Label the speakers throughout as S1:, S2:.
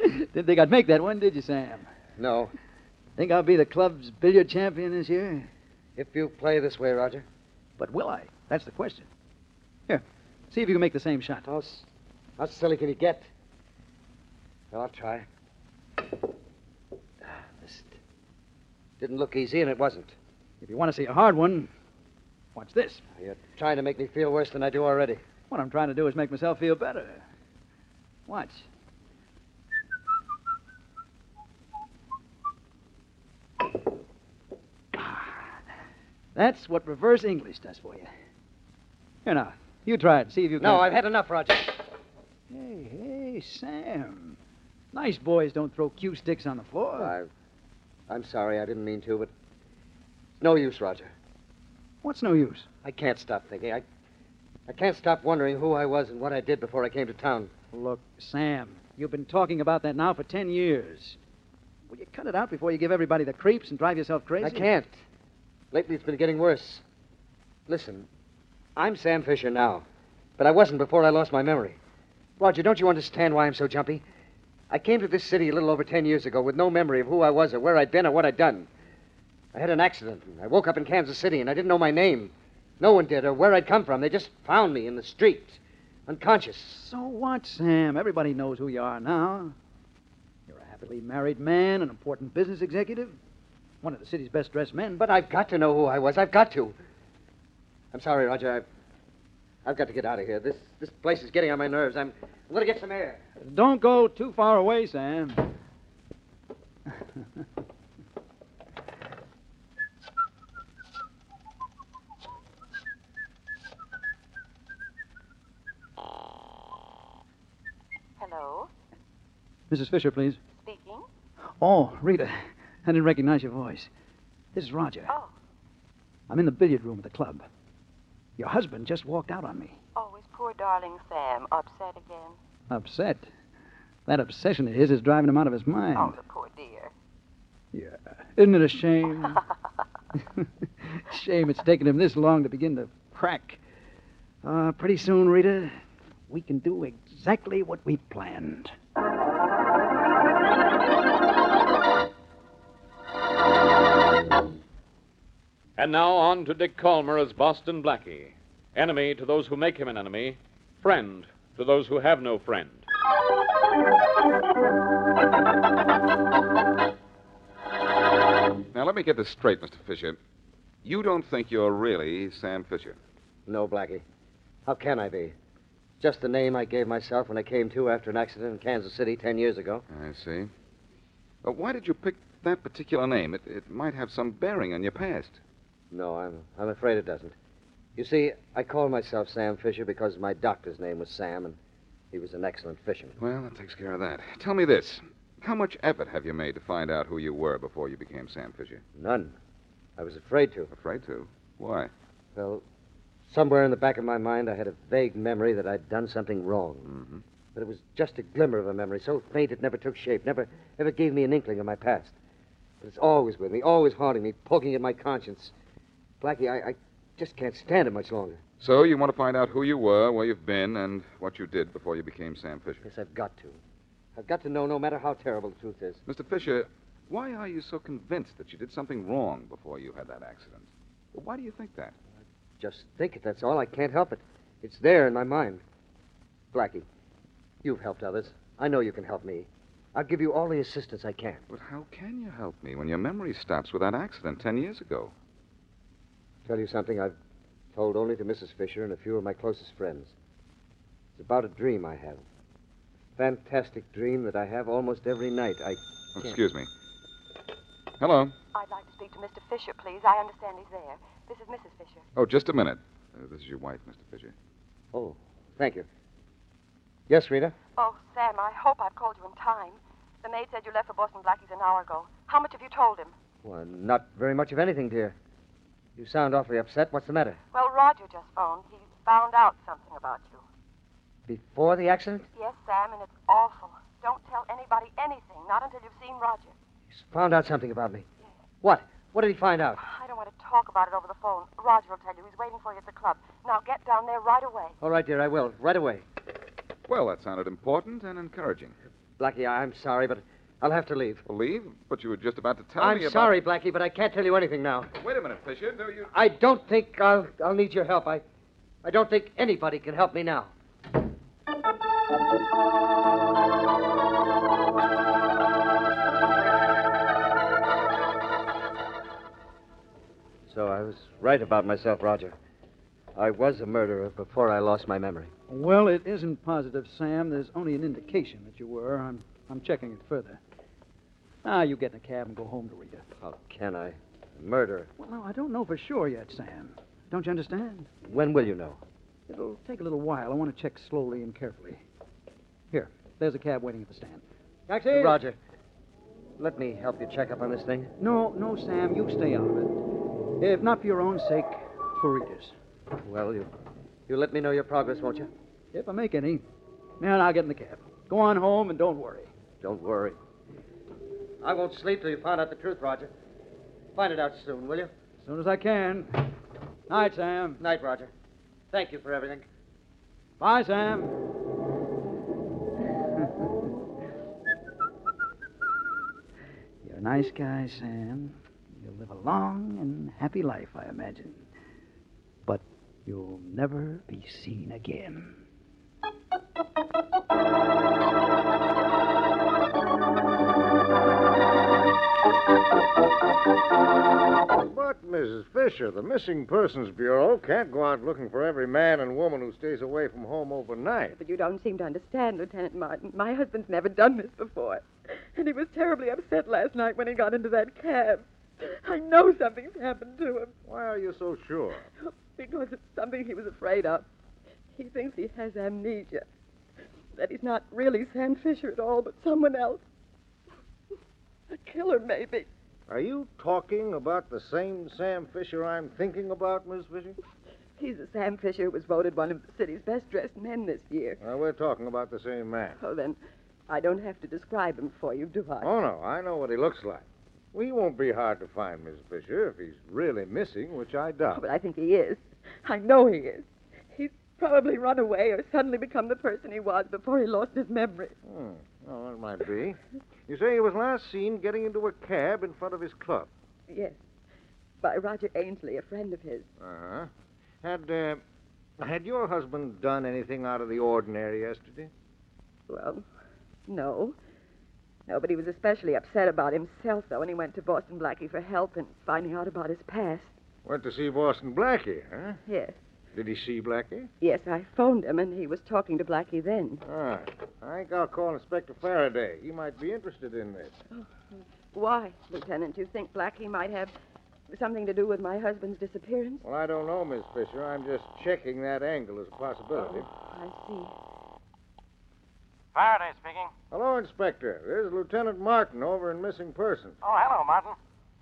S1: Didn't think I'd make that one, did you, Sam?
S2: No.
S1: Think I'll be the club's billiard champion this year?
S2: If you play this way, Roger.
S1: But will I? That's the question. Here, see if you can make the same shot.
S2: How, s- how silly can you get? Well, I'll try. Ah, Missed. Didn't look easy, and it wasn't.
S1: If you want to see a hard one, watch this.
S2: Ah, You're trying to make me feel worse than I do already.
S1: What I'm trying to do is make myself feel better. Watch. Ah, That's what reverse English does for you. Here now, you try it. See if you can.
S2: No, I've had enough, Roger.
S1: Hey, hey, Sam. Nice boys don't throw cue sticks on the floor.
S2: I, I'm sorry. I didn't mean to, but it's no use, Roger.
S1: What's no use?
S2: I can't stop thinking. I, I can't stop wondering who I was and what I did before I came to town.
S1: Look, Sam, you've been talking about that now for ten years. Will you cut it out before you give everybody the creeps and drive yourself crazy?
S2: I can't. Lately, it's been getting worse. Listen, I'm Sam Fisher now, but I wasn't before I lost my memory. Roger, don't you understand why I'm so jumpy? I came to this city a little over ten years ago with no memory of who I was or where I'd been or what I'd done. I had an accident. and I woke up in Kansas City and I didn't know my name. No one did or where I'd come from. They just found me in the street, unconscious.
S1: So what, Sam? Everybody knows who you are now. You're a happily married man, an important business executive, one of the city's best dressed men. But
S2: But I've got to know who I was. I've got to. I'm sorry, Roger. I've, I've got to get out of here. This, this place is getting on my nerves. I'm, I'm going to get some air.
S1: don't go too far away, Sam.
S3: Hello,
S1: Mrs. Fisher, please.
S3: speaking.
S1: Oh, Rita, I didn't recognize your voice. This is Roger.
S3: Oh,
S1: I'm in the billiard room at the club. Your husband just walked out on me.
S3: oh, is poor darling Sam upset again?
S1: Upset. That obsession of his is driving him out of his mind.
S3: Oh, the poor dear.
S1: Yeah. Isn't it a shame? shame it's taken him this long to begin to crack. Uh, pretty soon, Rita, we can do exactly what we planned.
S4: And now on to Dick Calmer as Boston Blackie. Enemy to those who make him an enemy, friend to those who have no friend.
S5: Now, let me get this straight, Mr. Fisher. You don't think you're really Sam Fisher.
S2: No, Blackie. How can I be? Just the name I gave myself when I came to after an accident in Kansas City ten years ago.
S6: I see. But why did you pick that particular name? It, it might have some bearing on your past.
S2: No, I'm, I'm afraid it doesn't. You see, I call myself Sam Fisher because my doctor's name was Sam, and he was an excellent fisherman.
S6: Well, that takes care of that. Tell me this. How much effort have you made to find out who you were before you became Sam Fisher?
S2: None. I was afraid to.
S6: Afraid to. Why?
S2: Well, somewhere in the back of my mind, I had a vague memory that I'd done something wrong. Mm-hmm. But it was just a glimmer of a memory, so faint it never took shape, never, never gave me an inkling of my past. But it's always with me, always haunting me, poking at my conscience. Blackie, I, I just can't stand it much longer.
S6: So you want to find out who you were, where you've been, and what you did before you became Sam Fisher.
S2: Yes, I've got to. I've got to know, no matter how terrible the truth is.
S6: Mr. Fisher, why are you so convinced that you did something wrong before you had that accident? Why do you think that?
S2: Just think it, that's all. I can't help it. It's there in my mind. Blackie, you've helped others. I know you can help me. I'll give you all the assistance I can.
S6: But how can you help me when your memory stops with that accident ten years ago?
S2: Tell you something I've told only to Mrs. Fisher and a few of my closest friends. It's about a dream I have. A fantastic dream that I have almost every night. I.
S6: Oh,
S2: can't-
S6: Excuse me. Hello.
S7: I'd like to speak to Mr. Fisher, please. I understand he's there. This is Mrs. Fisher.
S6: Oh, just a minute. Uh, this is your wife, Mr. Fisher.
S2: Oh, thank you. Yes, Rita?
S7: Oh, Sam, I hope I've called you in time. The maid said you left for Boston Blackie's an hour ago. How much have you told him?
S2: Well, not very much of anything, dear. You sound awfully upset. What's the matter?
S7: Well, Roger just phoned. He's Oh, found out something about you.
S2: Before the accident?
S7: Yes, Sam, and it's awful. Don't tell anybody anything, not until you've seen Roger.
S2: He's found out something about me. What? What did he find out?
S7: I don't want to talk about it over the phone. Roger will tell you. He's waiting for you at the club. Now get down there right away.
S2: All right, dear, I will. Right away.
S6: Well, that sounded important and encouraging.
S2: Blackie, I- I'm sorry, but I'll have to leave.
S6: Well, leave, but you were just about to tell
S2: I'm
S6: me about.
S2: sorry, Blackie, but I can't tell you anything now.
S6: Wait a minute, Fisher. No, you.
S2: I don't think I'll, I'll need your help. I, I don't think anybody can help me now. So I was right about myself, Roger. I was a murderer before I lost my memory.
S1: Well, it isn't positive, Sam. There's only an indication that you were. I'm, I'm checking it further. Ah, you get in a cab and go home to Rita.
S2: How can I? A murderer.
S1: Well, now, I don't know for sure yet, Sam. Don't you understand?
S2: When will you know?
S1: It'll take a little while. I want to check slowly and carefully. Here, there's a cab waiting at the stand. Taxi!
S2: Roger, let me help you check up on this thing.
S1: No, no, Sam, you stay out of it. If not for your own sake, for Rita's.
S2: Well, you, you let me know your progress, won't you?
S1: If I make any, then I'll get in the cab. Go on home and don't worry.
S2: Don't worry. I won't sleep till you find out the truth, Roger. Find it out soon, will you?
S1: As soon as I can. Night, Sam.
S2: Night, Roger. Thank you for everything.
S1: Bye, Sam. You're a nice guy, Sam. You'll live a long and happy life, I imagine. But you'll never be seen again.
S8: But, Mrs. Fisher, the Missing Persons Bureau can't go out looking for every man and woman who stays away from home overnight.
S9: But you don't seem to understand, Lieutenant Martin. My husband's never done this before. And he was terribly upset last night when he got into that cab. I know something's happened to him
S8: Why are you so sure?
S9: because it's something he was afraid of. He thinks he has amnesia. That he's not really Sam Fisher at all, but someone else. A killer, maybe.
S8: Are you talking about the same Sam Fisher I'm thinking about, Miss Fisher?
S9: He's the Sam Fisher who was voted one of the city's best dressed men this year.
S8: Well, we're talking about the same man.
S9: Oh, then, I don't have to describe him for you, do I?
S8: Oh, no, I know what he looks like. Well, he won't be hard to find, Miss Fisher, if he's really missing, which I
S9: Oh,
S8: doubt.
S9: but I think he is. I know he is. He's probably run away or suddenly become the person he was before he lost his memory.
S8: Hmm. Oh, that might be. You say he was last seen getting into a cab in front of his club.
S9: Yes. By Roger Ainsley, a friend of his.
S8: Uh-huh. Had, uh, had your husband done anything out of the ordinary yesterday?
S9: Well, no. No, but he was especially upset about himself, though, and he went to Boston Blackie for help in finding out about his past.
S8: Went to see Boston Blackie, huh?
S9: Yes.
S10: Did he see Blackie?
S2: Yes, I phoned him, and he was talking to Blackie then.
S8: Uh-huh.
S10: Ah, I think I'll call Inspector Faraday. He might be interested in this.
S2: Why, Lieutenant? You think Blackie might have something to do with my husband's disappearance?
S10: Well, I don't know, Miss Fisher. I'm just checking that angle as a possibility.
S8: Oh.
S2: I see.
S8: Faraday speaking.
S10: Hello, Inspector. There's Lieutenant Martin over in Missing Persons.
S8: Oh, hello, Martin.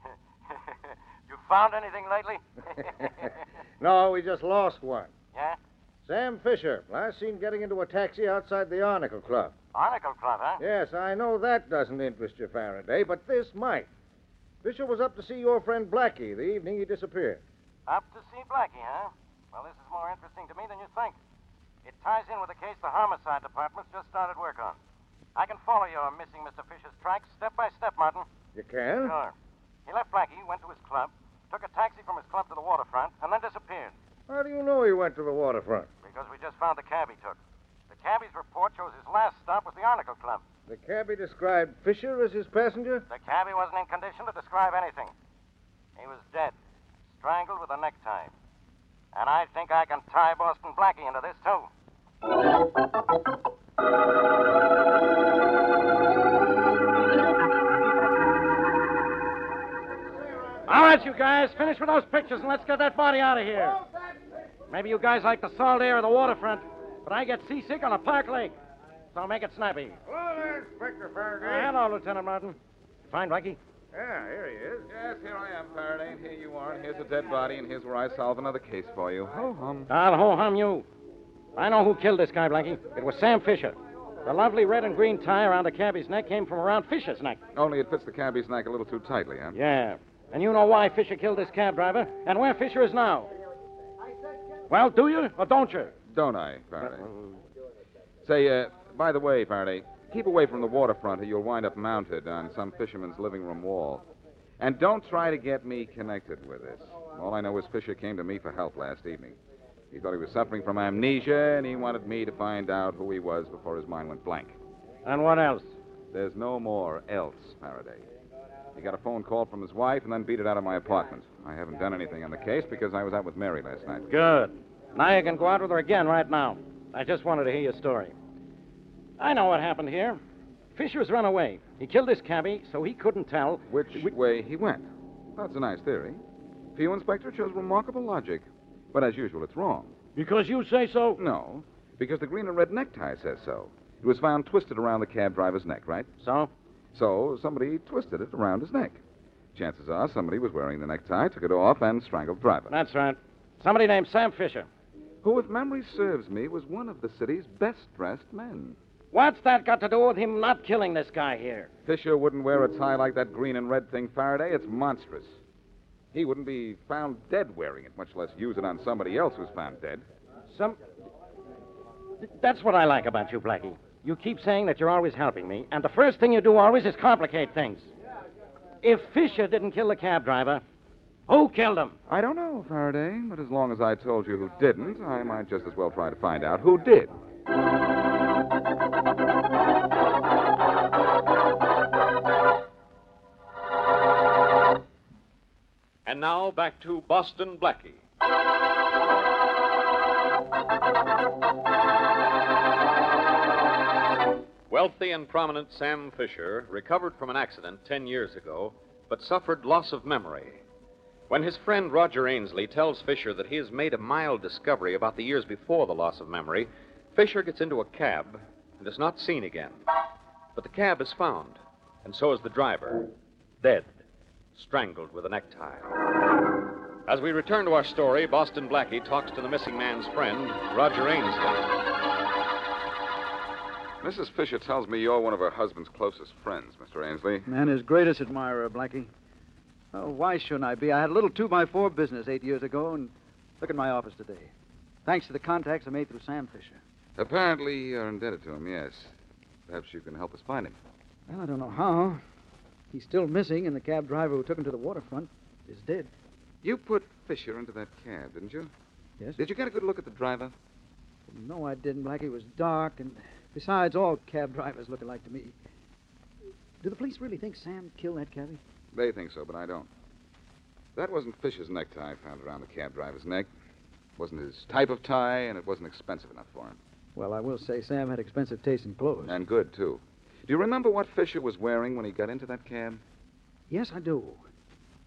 S8: you found anything lately?
S10: no, we just lost one.
S8: yeah?
S10: Sam Fisher, last seen getting into a taxi outside the Arnicle Club.
S8: Arnicle Club, huh?
S10: Yes, I know that doesn't interest you, Faraday, but this might. Fisher was up to see your friend Blackie the evening he disappeared.
S8: Up to see Blackie, huh? Well, this is more interesting to me than you think. It ties in with a case the homicide department's just started work on. I can follow your missing Mr. Fisher's tracks step by step, Martin.
S10: You can?
S8: Sure. He left Blackie, went to his club, took a taxi from his club to the waterfront, and then disappeared
S10: How do you know he went to the waterfront?
S8: because we just found the cab he took. The cabbie's report shows his last stop was the Arnicle Club.
S10: The cabbie described Fisher as his passenger?
S8: The cabbie wasn't in condition to describe anything. He was dead, strangled with a necktie. And I think I can tie Boston Blackie into this, too. All right, you guys, finish with those pictures and let's get that body out of here. Maybe you guys like the salt air of the waterfront, but I get seasick on a park lake. So I'll make it snappy.
S10: Hello there, Inspector
S8: Uh, hello, Lieutenant Martin. Find Blackie?
S10: Yeah, here he is.
S1: Yes, here I am, Faraday, and here you are, and here's a dead body, and here's where I solve another case for you. Ho hum.
S8: I'll ho hum you. I know who killed this guy, Blackie. It was Sam Fisher. The lovely red and green tie around the cabbie's neck came from around Fisher's neck.
S1: Only it fits the cabbie's neck a little too tightly, huh?
S8: Yeah. And you know why Fisher killed this cab driver and where Fisher is now. Well, do you or don't you? Uh,
S1: Don't I, Faraday? Say, uh, by the way, Faraday, keep away from the waterfront or you'll wind up mounted on some fisherman's living room wall. And don't try to get me connected with this. All I know is Fisher came to me for help last evening. He thought he was suffering from amnesia, and he wanted me to find out who he was before his mind went blank.
S8: And what else?
S1: There's no more else, Faraday. He got a phone call from his wife and then beat it out of my apartment. I haven't done anything on the case because I was out with Mary last night.
S8: Good. Now you can go out with her again right now. I just wanted to hear your story. I know what happened here. Fisher's run away. He killed his cabbie, so he couldn't tell.
S1: Which way he went. That's a nice theory. For you, Inspector, it shows remarkable logic. But as usual, it's wrong.
S8: Because you say so?
S1: No, because the green and red necktie says so. It was found twisted around the cab driver's neck, right?
S8: So?
S1: So somebody twisted it around his neck. Chances are somebody was wearing the necktie, took it off, and strangled the driver.
S8: That's right. Somebody named Sam Fisher.
S1: Who, if memory serves me, was one of the city's best dressed men.
S8: What's that got to do with him not killing this guy here?
S1: Fisher wouldn't wear a tie like that green and red thing, Faraday. It's monstrous. He wouldn't be found dead wearing it, much less use it on somebody else who's found dead.
S8: Some. That's what I like about you, Blackie. You keep saying that you're always helping me, and the first thing you do always is complicate things. If Fisher didn't kill the cab driver, who killed him?
S1: I don't know, Faraday, but as long as I told you who didn't, I might just as well try to find out who did.
S4: And now back to Boston Blackie. Wealthy and prominent Sam Fisher recovered from an accident 10 years ago, but suffered loss of memory. When his friend Roger Ainsley tells Fisher that he has made a mild discovery about the years before the loss of memory, Fisher gets into a cab and is not seen again. But the cab is found, and so is the driver, dead, strangled with a necktie. As we return to our story, Boston Blackie talks to the missing man's friend, Roger Ainsley.
S1: Mrs. Fisher tells me you're one of her husband's closest friends, Mr. Ainsley.
S11: And his greatest admirer, Blackie. Oh, why shouldn't I be? I had a little two by four business eight years ago, and look at my office today. Thanks to the contacts I made through Sam Fisher.
S1: Apparently, you're indebted to him, yes. Perhaps you can help us find him.
S11: Well, I don't know how. He's still missing, and the cab driver who took him to the waterfront is dead.
S1: You put Fisher into that cab, didn't you?
S11: Yes.
S1: Did you get a good look at the driver?
S11: No, I didn't, Blackie. It was dark, and besides, all cab drivers look alike to me. Do the police really think Sam killed that cabbie?
S1: They think so, but I don't. That wasn't Fisher's necktie found around the cab driver's neck.
S4: Wasn't his type of tie, and it wasn't expensive enough for him.
S1: Well, I will say Sam had expensive taste in clothes.
S4: And good, too. Do you remember what Fisher was wearing when he got into that cab?
S1: Yes, I do.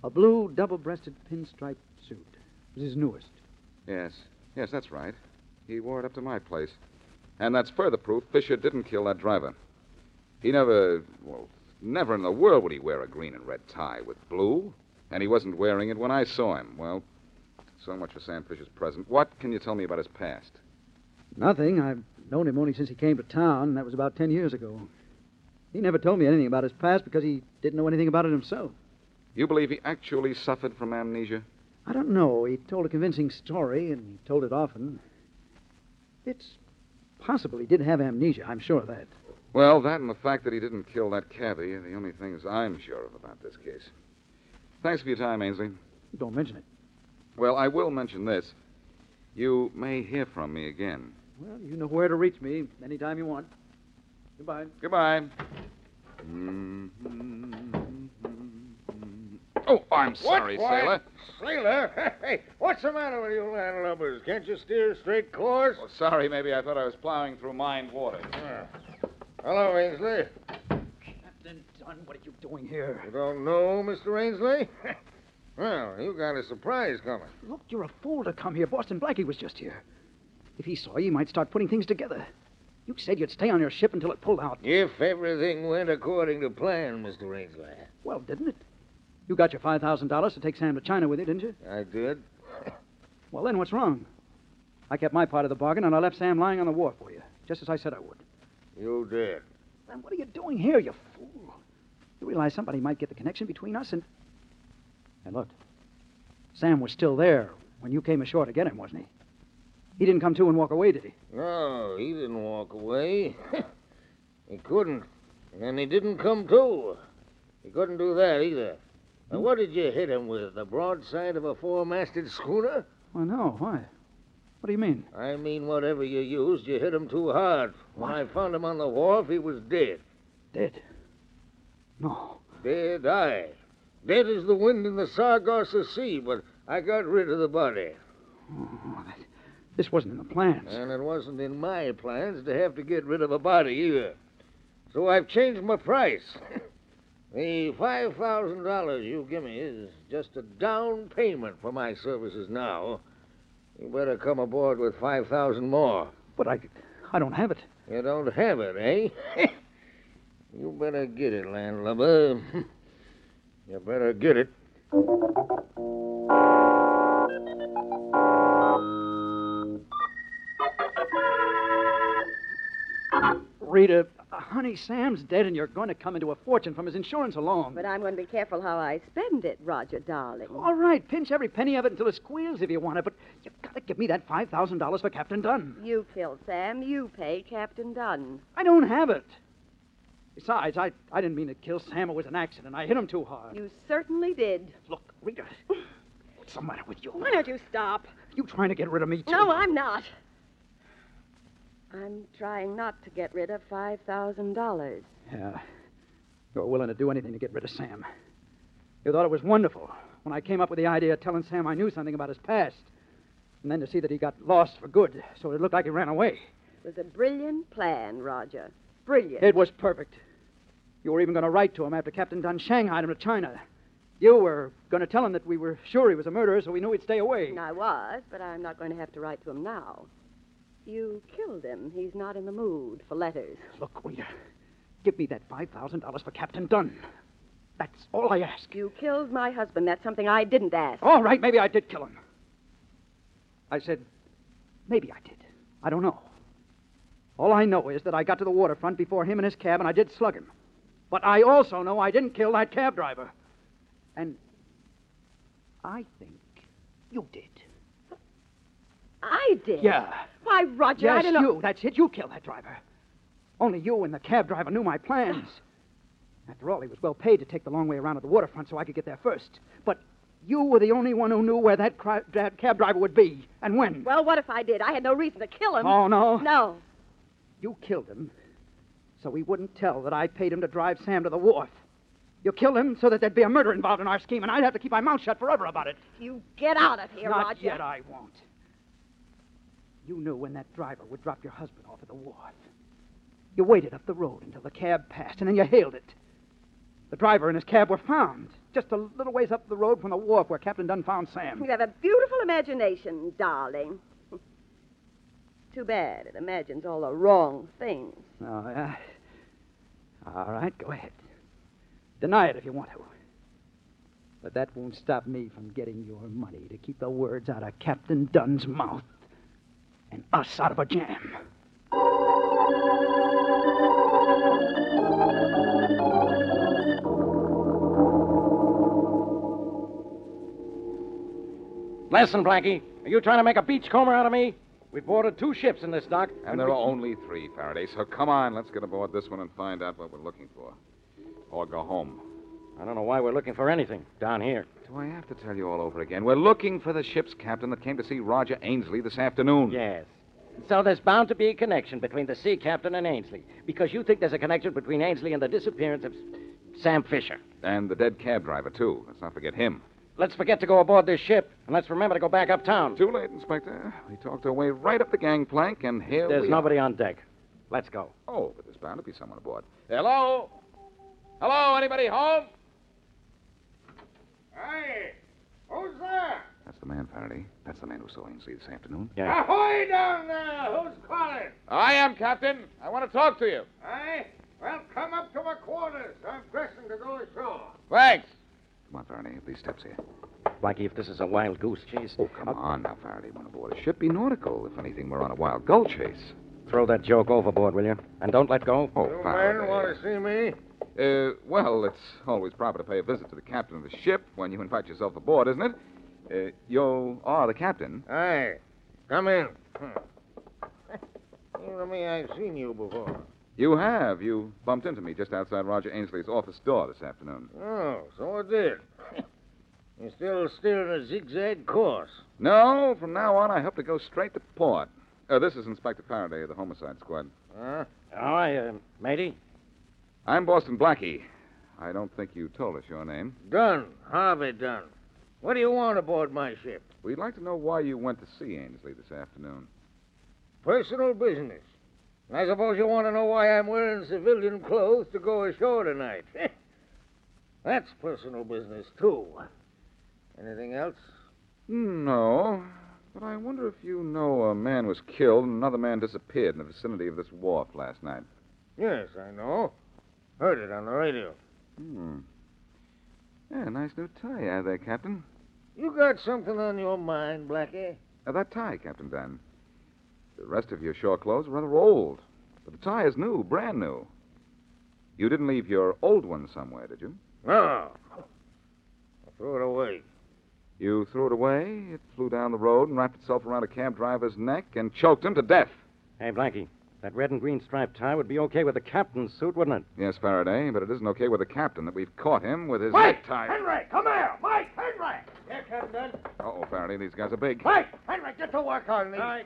S1: A blue double breasted pinstripe suit. It was his newest.
S4: Yes. Yes, that's right. He wore it up to my place. And that's further proof Fisher didn't kill that driver. He never, well, never in the world would he wear a green and red tie with blue. And he wasn't wearing it when I saw him. Well, so much for Sam Fisher's present. What can you tell me about his past?
S1: Nothing. I've known him only since he came to town, and that was about ten years ago. He never told me anything about his past because he didn't know anything about it himself.
S4: You believe he actually suffered from amnesia?
S1: I don't know. He told a convincing story, and he told it often. It's possible he did have amnesia, I'm sure of that.
S4: Well, that and the fact that he didn't kill that cabbie are the only things I'm sure of about this case. Thanks for your time, Ainsley.
S1: Don't mention it.
S4: Well, I will mention this. You may hear from me again.
S1: Well, you know where to reach me anytime you want. Goodbye.
S4: Goodbye. Mm-hmm. Oh, I'm sorry,
S12: what?
S4: sailor.
S12: Why, Sailor? Hey, what's the matter with you landlubbers? Can't you steer a straight course? Ah.
S4: Oh, sorry, maybe I thought I was plowing through mined water.
S12: Hello, Ainsley.
S1: Captain Dunn, what are you doing here?
S12: You don't know Mr. Ainsley? well, you got a surprise coming.
S1: Look, you're a fool to come here. Boston Blackie was just here. If he saw you, he might start putting things together. You said you'd stay on your ship until it pulled out.
S12: If everything went according to plan, Mr. Ainsley.
S1: Well, didn't it? You got your $5,000 to take Sam to China with you, didn't you?
S12: I did.
S1: Well, then what's wrong? I kept my part of the bargain, and I left Sam lying on the wharf for you, just as I said I would.
S12: You did.
S1: Then what are you doing here, you fool? You realize somebody might get the connection between us and. And look, Sam was still there when you came ashore to get him, wasn't he? He didn't come to and walk away, did he?
S12: No, he didn't walk away. he couldn't. And he didn't come to. He couldn't do that either. Now, what did you hit him with? The broadside of a four masted schooner?
S1: Well, no. Why? What do you mean?
S12: I mean, whatever you used, you hit him too hard. When I found him on the wharf, he was dead.
S1: Dead? No.
S12: Dead, aye. Dead as the wind in the Sargasso Sea, but I got rid of the body.
S1: Oh, This wasn't in the plans.
S12: And it wasn't in my plans to have to get rid of a body either. So I've changed my price. the $5,000 you give me is just a down payment for my services now. You better come aboard with 5000 more.
S1: But I, I don't have it.
S12: You don't have it, eh? you better get it, landlubber. you better get it.
S1: Rita, honey, Sam's dead, and you're going to come into a fortune from his insurance alone.
S2: But I'm going to be careful how I spend it, Roger, darling.
S1: All right, pinch every penny of it until it squeals if you want it, but you've got to give me that $5,000 for Captain Dunn.
S2: You killed Sam. You pay Captain Dunn.
S1: I don't have it. Besides, I, I didn't mean to kill Sam. It was an accident. I hit him too hard.
S2: You certainly did.
S1: Look, Rita, what's the matter with you?
S2: Why don't you stop?
S1: You trying to get rid of me, too?
S2: No, I'm not. I'm trying not to get rid of $5,000.
S1: Yeah. You're willing to do anything to get rid of Sam. You thought it was wonderful when I came up with the idea of telling Sam I knew something about his past. And then to see that he got lost for good, so it looked like he ran away.
S2: It was a brilliant plan, Roger. Brilliant.
S1: It was perfect. You were even going to write to him after Captain Dunn shanghaied him to China. You were going to tell him that we were sure he was a murderer, so we knew he'd stay away.
S2: I was, but I'm not going to have to write to him now. You killed him. He's not in the mood for letters.
S1: Look, Rita, give me that $5,000 for Captain Dunn. That's all I ask.
S2: You killed my husband. That's something I didn't ask.
S1: All right, maybe I did kill him. I said, maybe I did. I don't know. All I know is that I got to the waterfront before him and his cab, and I did slug him. But I also know I didn't kill that cab driver. And I think you did.
S2: I did.
S1: Yeah.
S2: Why, Roger, I
S1: yes,
S2: don't know.
S1: you. That's it. You killed that driver. Only you and the cab driver knew my plans. After all, he was well paid to take the long way around to the waterfront so I could get there first. But you were the only one who knew where that, cri- that cab driver would be and when.
S2: Well, what if I did? I had no reason to kill him.
S1: Oh, no.
S2: No.
S1: You killed him so he wouldn't tell that I paid him to drive Sam to the wharf. You killed him so that there'd be a murder involved in our scheme, and I'd have to keep my mouth shut forever about it.
S2: You get out of here,
S1: Not
S2: Roger.
S1: yet, I won't. You knew when that driver would drop your husband off at the wharf. You waited up the road until the cab passed, and then you hailed it. The driver and his cab were found just a little ways up the road from the wharf where Captain Dunn found Sam.
S2: You have a beautiful imagination, darling. Too bad it imagines all the wrong things.
S1: Oh, yeah. All right, go ahead. Deny it if you want to. But that won't stop me from getting your money to keep the words out of Captain Dunn's mouth and us out of a jam.
S8: Listen, Blackie, are you trying to make a beachcomber out of me? We've boarded two ships in this dock.
S13: And there are only three, Faraday, so come on, let's get aboard this one and find out what we're looking for. Or go home.
S8: I don't know why we're looking for anything down here.
S13: Do I have to tell you all over again? We're looking for the ship's captain that came to see Roger Ainsley this afternoon.
S8: Yes. So there's bound to be a connection between the sea captain and Ainsley, because you think there's a connection between Ainsley and the disappearance of Sam Fisher.
S13: And the dead cab driver, too. Let's not forget him.
S8: Let's forget to go aboard this ship, and let's remember to go back uptown.
S13: Too late, Inspector. We talked our way right up the gangplank, and here
S8: There's
S13: we
S8: nobody on deck. Let's go.
S13: Oh, but there's bound to be someone aboard.
S14: Hello? Hello, anybody home?
S4: Hey, who's there?
S13: That's the man, Faraday. That's the man who saw Ainsley this afternoon.
S4: Ahoy down there! Who's calling?
S14: I am, Captain. I want to talk to you.
S4: Hey, well, come up to my quarters. I'm dressing to go ashore.
S14: Thanks.
S13: Come on, Faraday. These steps here.
S8: Blackie, if this is a wild goose chase.
S13: Oh, come on now, Faraday. We're on board a ship. Be nautical. If anything, we're on a wild gull chase.
S8: Throw that joke overboard, will you? And don't let go.
S13: Oh, Faraday.
S4: want to see me?
S13: Uh, well, it's always proper to pay a visit to the captain of the ship when you invite yourself aboard, isn't it? Uh, you are the captain.
S4: Hey, come in. You know me, I've seen you before.
S13: You have. You bumped into me just outside Roger Ainsley's office door this afternoon.
S4: Oh, so I did. You're still steering a zigzag course.
S13: No, from now on, I hope to go straight to port. Uh, this is Inspector Faraday of the Homicide Squad.
S4: Huh?
S8: All right, uh, matey.
S13: I'm Boston Blackie. I don't think you told us your name.
S4: Dunn, Harvey Dunn. What do you want aboard my ship?
S13: We'd like to know why you went to see Ainsley this afternoon.
S4: Personal business. I suppose you want to know why I'm wearing civilian clothes to go ashore tonight. That's personal business, too. Anything else?
S13: No, but I wonder if you know a man was killed and another man disappeared in the vicinity of this wharf last night.
S4: Yes, I know. Heard it on the radio.
S13: Hmm. Yeah, nice new tie you have there, Captain.
S4: You got something on your mind, Blackie?
S13: Uh, that tie, Captain Dunn. The rest of your shore clothes are rather old, but the tie is new, brand new. You didn't leave your old one somewhere, did you?
S4: No. I threw it away.
S13: You threw it away, it flew down the road and wrapped itself around a cab driver's neck and choked him to death.
S8: Hey, Blackie, that red and green striped tie would be okay with the captain's suit, wouldn't it?
S13: Yes, Faraday, but it isn't okay with the captain that we've caught him with his
S4: Mike!
S13: necktie.
S4: Henry, come here! Mike, Henry! Yeah, Captain Dunn.
S13: Uh-oh, Faraday, these guys are big.
S4: Mike, Henry, get to work on these. All right,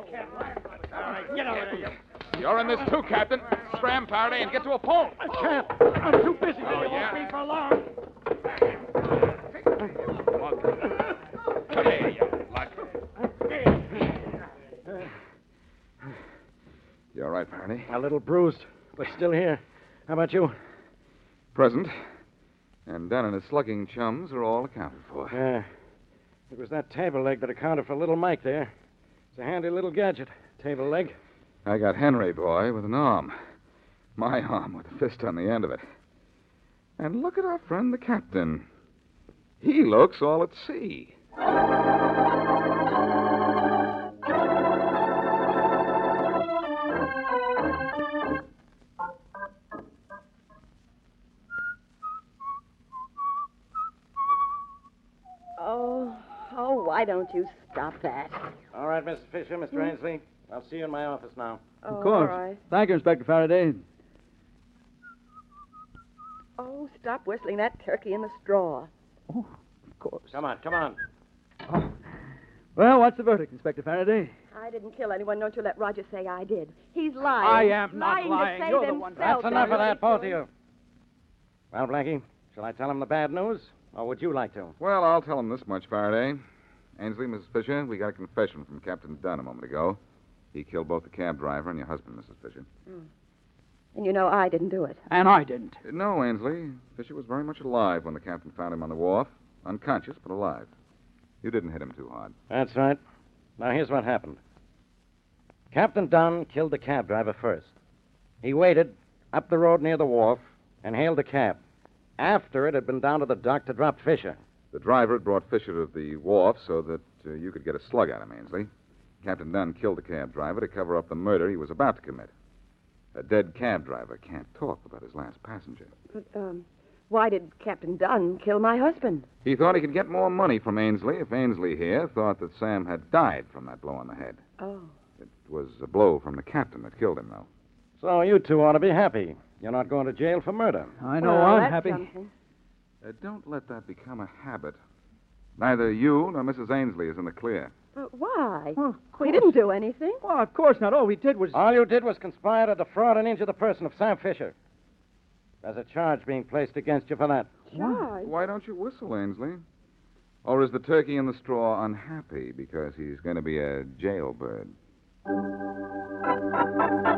S14: get out of
S4: here.
S14: You're in this too, Captain. Stram Faraday and get to a phone. I
S4: Oh,
S8: can't.
S14: I'm too busy. Oh, yeah.
S4: Be for long.
S14: Come here, you luck.
S13: You all right, Faraday?
S8: A little bruised, but still here. How about you?
S13: Present. And Dunn and his slugging chums are all accounted for.
S8: Yeah. Ah, It was that table leg that accounted for little Mike there. It's a handy little gadget, table leg.
S13: I got Henry boy with an arm. My arm with a fist on the end of it. And look at our friend the captain. He looks all at sea.
S2: Oh, oh, why don't you stop that?
S8: All right, Mrs. Fisher, Mr. Ainsley. I'll see you in my office now.
S2: Oh,
S1: Of course.
S2: All right.
S1: Thank you, Inspector Faraday.
S2: Oh, stop whistling that turkey in the straw.
S1: Of course.
S8: Come on, come on.
S1: Well, what's the verdict, Inspector Faraday?
S2: I didn't kill anyone. Don't you let Roger say I did. He's lying.
S1: I am not
S2: lying.
S1: lying.
S2: To save
S1: You're the
S2: himself.
S1: one-
S8: That's enough of that, both of
S2: Doing-
S8: you. Well, Blackie, shall I tell him the bad news, or would you like to?
S13: Well, I'll tell him this much, Faraday. Ainsley, Mrs. Fisher, we got a confession from Captain Dunn a moment ago.
S4: He killed both the cab driver and your husband, Mrs. Fisher.
S15: And you know I didn't do it.
S16: And I didn't.
S4: No, Ainsley. Fisher was very much alive when the captain found him on the wharf. Unconscious, but alive. You didn't hit him too hard.
S8: That's right. Now, here's what happened Captain Dunn killed the cab driver first. He waited up the road near the wharf and hailed the cab. After it had been down to the dock to drop Fisher.
S4: The driver had brought Fisher to the wharf so that uh, you could get a slug out of him, Ainsley. Captain Dunn killed the cab driver to cover up the murder he was about to commit. A dead cab driver can't talk about his last passenger.
S2: But, um, why did Captain Dunn kill my husband?
S4: He thought he could get more money from Ainsley if Ainsley here thought that Sam had died from that blow on the head.
S2: Oh.
S4: It was a blow from the captain that killed him, though.
S8: So you two ought to be happy. You're not going to jail for murder.
S4: I
S2: Well, Oh, that's something.
S4: Uh, don't let that become a habit. Neither you nor Mrs. Ainsley is in the clear.
S2: But why? we didn't do anything.
S16: Well, of course not. All we did was.
S8: All you did was conspire to defraud and injure the person of Sam Fisher. There's a charge being placed against you for that.
S4: Why? Why don't you whistle, Ainsley? Or is the turkey in the straw unhappy because he's going to be a jailbird?
S17: Thank you.